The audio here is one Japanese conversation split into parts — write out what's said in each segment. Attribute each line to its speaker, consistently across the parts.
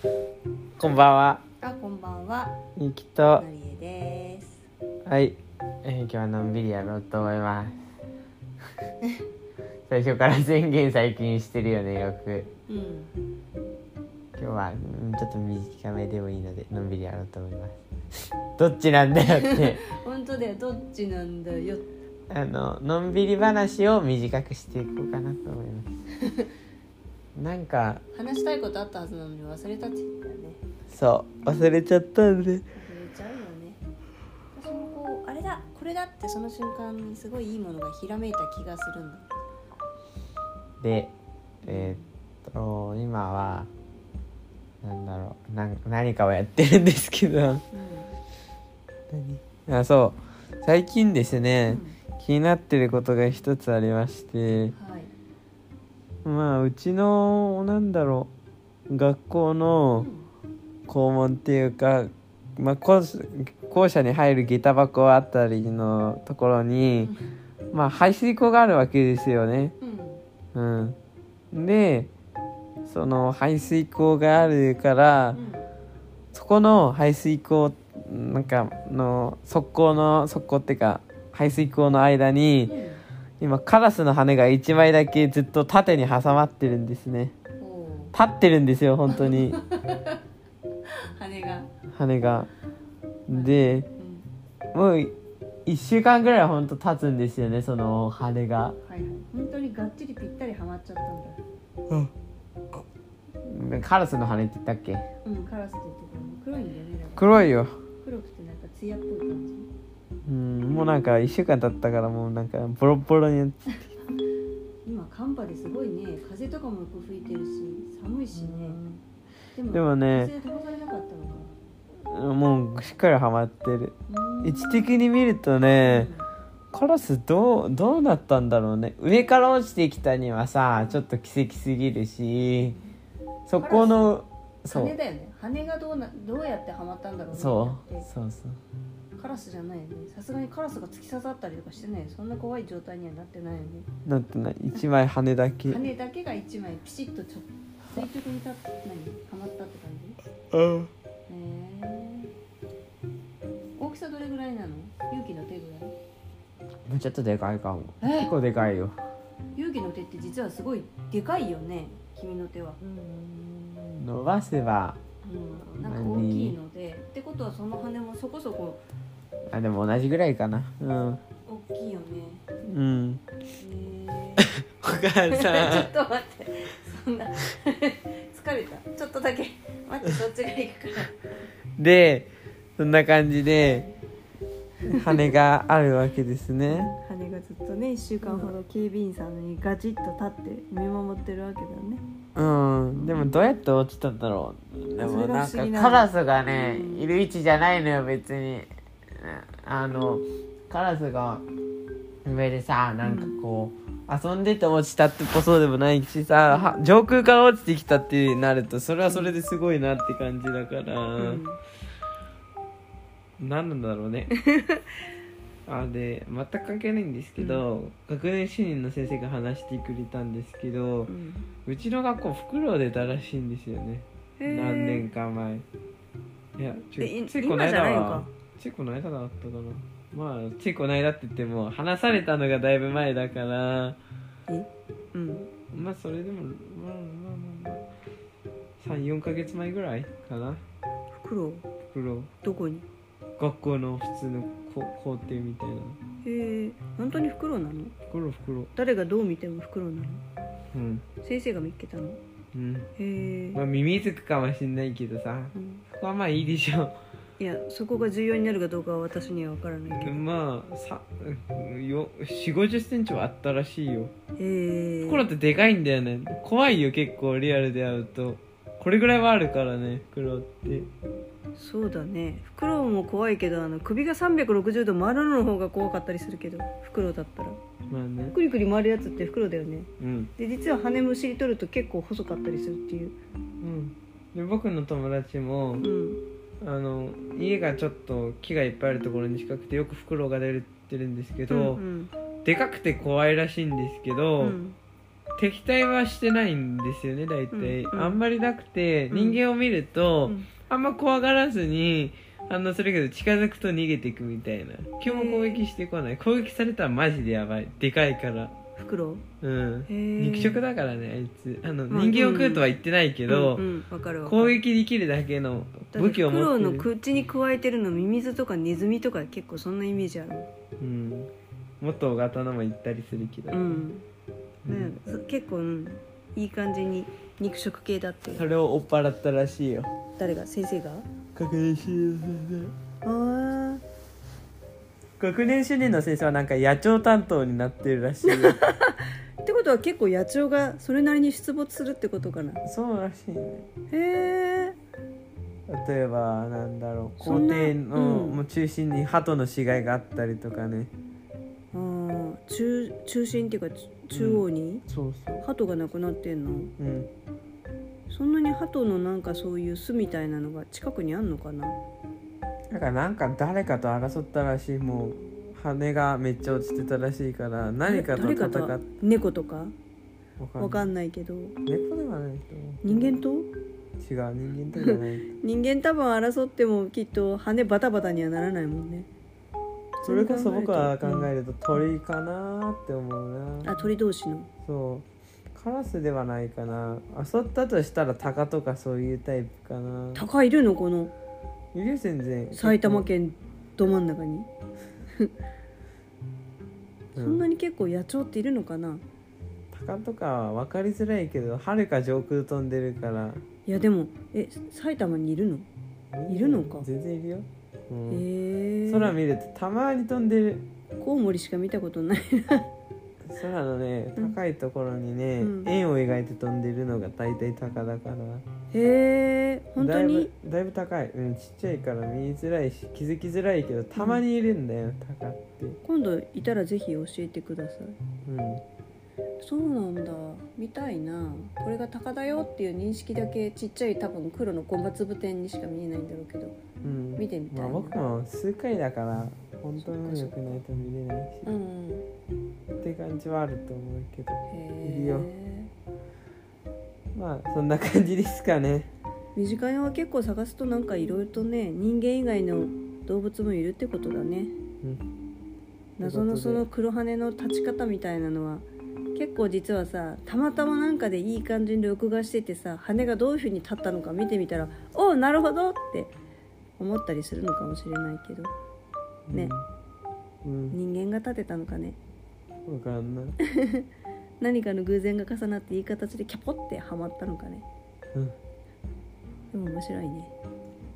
Speaker 1: こんばんは。
Speaker 2: あ、こんばんは。
Speaker 1: ゆきと
Speaker 2: の、りえです。
Speaker 1: はい、えー今日はのんびりやろうと思い ます。最初から宣言最近してるよね、よく。
Speaker 2: うん。
Speaker 1: 今日は、うんちょっと短めでもいいので、のんびりやろうと思います。どっちなんだよ って、
Speaker 2: 本当だよ。どっちなんだよ。
Speaker 1: あの、のんびり話を短くしていこうかなと思い ます。なんか、
Speaker 2: 話したいことあったはずなのに忘れたって言ったよね。
Speaker 1: そう、忘れちゃったんで。
Speaker 2: 忘れちゃうよね。私もこうあれだ、これだってその瞬間にすごいいいものがひらめいた気がするんだ。
Speaker 1: でえーっと今はなんだろうなん何かをやってるんですけど
Speaker 2: う
Speaker 1: あそう最近です
Speaker 2: ん。う
Speaker 1: ね
Speaker 2: ん
Speaker 1: 気になってることが一つありまして
Speaker 2: はい。
Speaker 1: まあうちのなんだろう学校
Speaker 2: う
Speaker 1: の
Speaker 2: ん
Speaker 1: 校門っていうか、まあ、校舎校舎に入る下駄箱あたりのところに、まあ、排水溝があるわけですよね。
Speaker 2: うん。
Speaker 1: うん、でその排水溝があるから、
Speaker 2: うん。
Speaker 1: そこの排水溝なんかの側溝の側溝っていうか排水溝の間に今カラスの羽が1枚だけずっと縦に挟まってるんですね
Speaker 2: うん。おお。
Speaker 1: 立ってるんですよ本当に
Speaker 2: 羽が。
Speaker 1: 羽がで
Speaker 2: うん。
Speaker 1: もう1週間ぐらい本当立つんですよねその羽が
Speaker 2: はいはい。本当にがっちりぴったりはまっちゃったんだ。
Speaker 1: カラスの羽って言ったっけ
Speaker 2: うん。カラスって言ってたの黒いんだよね。だから
Speaker 1: 黒いよ
Speaker 2: 黒くてなんか艶っぽい感じ。
Speaker 1: うんもうなんか1週間経ったからもうなんかボロボロに
Speaker 2: 今寒波ですごいね風とかもよく吹いてるし寒いしね、でも
Speaker 1: でもね
Speaker 2: 風で飛ばされなかったのか
Speaker 1: もうしっかりハマってる
Speaker 2: なうーん
Speaker 1: 位置的に見るとねカラスどうどうなったんだろうね上から落ちてきたにはさちょっと奇跡すぎるしそこのそ
Speaker 2: 羽
Speaker 1: う
Speaker 2: だよね羽がどうなどうやってはまったんだろうね
Speaker 1: そう
Speaker 2: だって
Speaker 1: そうそう
Speaker 2: カラスじゃないよねさすがにカラスが突き刺さったりとかしてないよそんな怖い状態にはなってないよね
Speaker 1: なんてない一枚羽だけ
Speaker 2: 羽だけが一枚ピシッとちょ垂直に立って何はまったって感じ
Speaker 1: う
Speaker 2: へ
Speaker 1: ん
Speaker 2: え大きさどれぐらいなの勇気の手ぐらい
Speaker 1: ちょっとでかいかも
Speaker 2: え
Speaker 1: 結構でかいよ
Speaker 2: 勇気の手って実はすごいでかいよね君の手は、
Speaker 1: 伸ばせば
Speaker 2: うん、なんか大きいのでってことはその羽もそこそこ
Speaker 1: あでも同じぐらいかなうん
Speaker 2: 大きいよね
Speaker 1: うん
Speaker 2: へ
Speaker 1: お母
Speaker 2: え ちょ
Speaker 1: さ
Speaker 2: っと待ってそんな 疲れたちょっとだけ待ってそっちが行くから
Speaker 1: んでそんな感じで羽があるわけですね
Speaker 2: 羽がずっとね1週間ほど警備員さんにガチッと立って見守ってるわけだね
Speaker 1: うんでもどうやって落ちたんだろうでもなん
Speaker 2: それが不思
Speaker 1: か
Speaker 2: 議なの
Speaker 1: カラスがね
Speaker 2: うん
Speaker 1: いる位置じゃないのよ別にあのカラスが上でさなんかこう、遊んでて落ちたってこそうでもないしさは上空から落ちてきたってなるとそれはそれですごいなって感じだから、
Speaker 2: うん
Speaker 1: 何なんだろう ねあで全く関係ないんですけど、学年主任の先生が話してくれたんですけど、
Speaker 2: うん
Speaker 1: うちの学校フクロウ出たらしいんですよね
Speaker 2: へー
Speaker 1: 何年か前いやつ
Speaker 2: えい
Speaker 1: いついこの
Speaker 2: 今じゃ
Speaker 1: 間
Speaker 2: ないの
Speaker 1: は
Speaker 2: か
Speaker 1: ついこの間だったかなまあついこの間って言っても話されたのがだいぶ前だから
Speaker 2: えうん
Speaker 1: まあそれでもまあまあまあ、まあ、34ヶ月前ぐらいかな
Speaker 2: フクロウ
Speaker 1: フクロウ
Speaker 2: どこに
Speaker 1: 学校の普通の校校庭みたいな
Speaker 2: へえ本当にフクロウなの
Speaker 1: フクロウフクロウ
Speaker 2: 誰がどう見てもフクロウなの
Speaker 1: うん
Speaker 2: 先生が見っけたのへ
Speaker 1: うん
Speaker 2: え、
Speaker 1: まあ耳づくかもしんないけどさ
Speaker 2: うん、
Speaker 1: そこはまあいいでしょう
Speaker 2: いやそこが重要になるかどうかは私には分からないけど
Speaker 1: まあさよ4 5 0センチはあったらしいよ
Speaker 2: へえ
Speaker 1: フクロウってでかいんだよね怖いよ結構リアルで会うとこれぐらいはあるからねフクロウって
Speaker 2: そうだねフクロウも怖いけどあの首が360度回るのの方が怖かったりするけどフクロウだったら
Speaker 1: まあね
Speaker 2: くりくり回るやつってフクロウだよね
Speaker 1: うん、
Speaker 2: で実は羽むしり取ると結構細かったりするっていう
Speaker 1: うん、で僕の友達も
Speaker 2: うん
Speaker 1: あの家がちょっと木がいっぱいあるところに近くてよくフクロウが出るってるんですけど、
Speaker 2: うん
Speaker 1: でかくて怖いらしいんですけ
Speaker 2: う
Speaker 1: ど、
Speaker 2: ん
Speaker 1: 敵対はしてないんですよね大体、
Speaker 2: うんうん
Speaker 1: あんまりなくて
Speaker 2: うん
Speaker 1: 人間を見る
Speaker 2: う
Speaker 1: と、
Speaker 2: ん
Speaker 1: あんま怖がらずに反応するけど近づくと逃げていくみたいな今日も攻撃してこない攻撃されたらマジでやばいでかいから
Speaker 2: フクロウ
Speaker 1: うん
Speaker 2: へー
Speaker 1: 肉食だからねあいつあの
Speaker 2: まあ
Speaker 1: 人間を食うとは言ってないけど、
Speaker 2: うんうんわかるわかる
Speaker 1: 攻撃できるだけの
Speaker 2: だって
Speaker 1: 武
Speaker 2: フク
Speaker 1: 器を
Speaker 2: ロウ
Speaker 1: 持
Speaker 2: の
Speaker 1: ってる、
Speaker 2: 口に加えてるのミミズとかネズミとか結構そんなイメージある
Speaker 1: うん、もっと大型のも行ったりするけど、
Speaker 2: うん、
Speaker 1: う
Speaker 2: うんんそ結構、うん、いい感じに肉食系だって
Speaker 1: それを追っ払ったらしいよ
Speaker 2: 誰が先生が
Speaker 1: 学年主任の先
Speaker 2: ああ
Speaker 1: 生学年主任の先生はなんか野鳥担当になってるらしい よ
Speaker 2: ってことは結構野鳥がそれなりに出没するってことかなへ
Speaker 1: そうらしいね
Speaker 2: え
Speaker 1: 例えばなんだろう
Speaker 2: そ
Speaker 1: 校
Speaker 2: んな
Speaker 1: 庭の
Speaker 2: うん
Speaker 1: もう中心に鳩の死骸があったりとかね
Speaker 2: 中中心っていうかち中央に
Speaker 1: そうそう
Speaker 2: 鳩がなくなってんの
Speaker 1: うん
Speaker 2: そんなに鳩のなんかそういう巣みたいなのが近くにあんのかな
Speaker 1: だからなんか誰かと争ったらしいもう羽がめっちゃ落ちてたらしいから何かと
Speaker 2: 誰
Speaker 1: 戦
Speaker 2: か
Speaker 1: っ
Speaker 2: と
Speaker 1: た
Speaker 2: は猫とかわ
Speaker 1: わか
Speaker 2: か
Speaker 1: ん
Speaker 2: んないけど
Speaker 1: ない猫ではないと
Speaker 2: 人間と
Speaker 1: 思う違う人間とじゃない
Speaker 2: 人間多分争ってもきっと羽バタバタにはならないもんね
Speaker 1: それこそ僕は考
Speaker 2: え
Speaker 1: えると鳥かなーって思うな
Speaker 2: あ鳥同士の
Speaker 1: そうカラスではないかな襲ったとしたら鷹とかそういうタイプかな
Speaker 2: 鷹いるのこの
Speaker 1: いるよ全然
Speaker 2: 埼玉県ど真ん中に、
Speaker 1: う
Speaker 2: そんなに結構野鳥っているのかな
Speaker 1: 鷹とかは分かりづらいけどはるか上空飛んでるから
Speaker 2: いやでもえ埼玉にいるのいるのか
Speaker 1: 全然いるよ、うん
Speaker 2: へえ
Speaker 1: 空見るとたまに飛んでる
Speaker 2: コウモリしか見たことない
Speaker 1: 空のね高いところにね、
Speaker 2: うん
Speaker 1: 円を描いて飛んでるのが大体鷹だから
Speaker 2: へえ本当
Speaker 1: だい
Speaker 2: に
Speaker 1: ぶだいぶ高い、うん、ちっちゃいから見づらいし気づきづらいけどたまにいるんだよ鷹って、
Speaker 2: 今度いたらぜひ教えてください
Speaker 1: うん、
Speaker 2: そうなんだ見たいなこれが鷹だよっていう認識だけちっちゃい多分黒のゴマ粒点にしか見えないんだろうけど
Speaker 1: うん、
Speaker 2: 見てみたいな
Speaker 1: まあ、僕も数回だから本当に良くないと見れないし
Speaker 2: うんうん
Speaker 1: って感じはあると思うけど
Speaker 2: へ
Speaker 1: いるよ
Speaker 2: え
Speaker 1: まあそんな感じですかね
Speaker 2: 身近には結構探すとなんかいろいろとね人間以外の動物もいるってことだね
Speaker 1: うん
Speaker 2: 謎のその黒羽の立ち方みたいなのは結構実はさたまたまなんかでいい感じに録画しててさ羽がどういうふうに立ったのか見てみたら「おおなるほど!」って思ったりするのかもしれないけどね
Speaker 1: うん、
Speaker 2: 人間が立てたのかね
Speaker 1: うん、わかんない
Speaker 2: 何かの偶然が重なっていい形でキャポってはまったのかね
Speaker 1: うん
Speaker 2: でも面白いね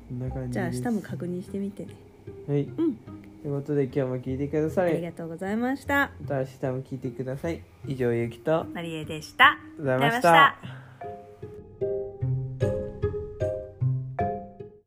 Speaker 1: そんな感じ
Speaker 2: じゃあ
Speaker 1: で
Speaker 2: 明
Speaker 1: す
Speaker 2: 日も確認してみてね
Speaker 1: はい、とい
Speaker 2: ん
Speaker 1: うことで今日も聞いてくだ
Speaker 2: あ
Speaker 1: さ
Speaker 2: り
Speaker 1: い
Speaker 2: がとうございました
Speaker 1: また明日も聞いてください以上ゆきと
Speaker 2: マリエでした
Speaker 1: ございました
Speaker 2: ありがとうございま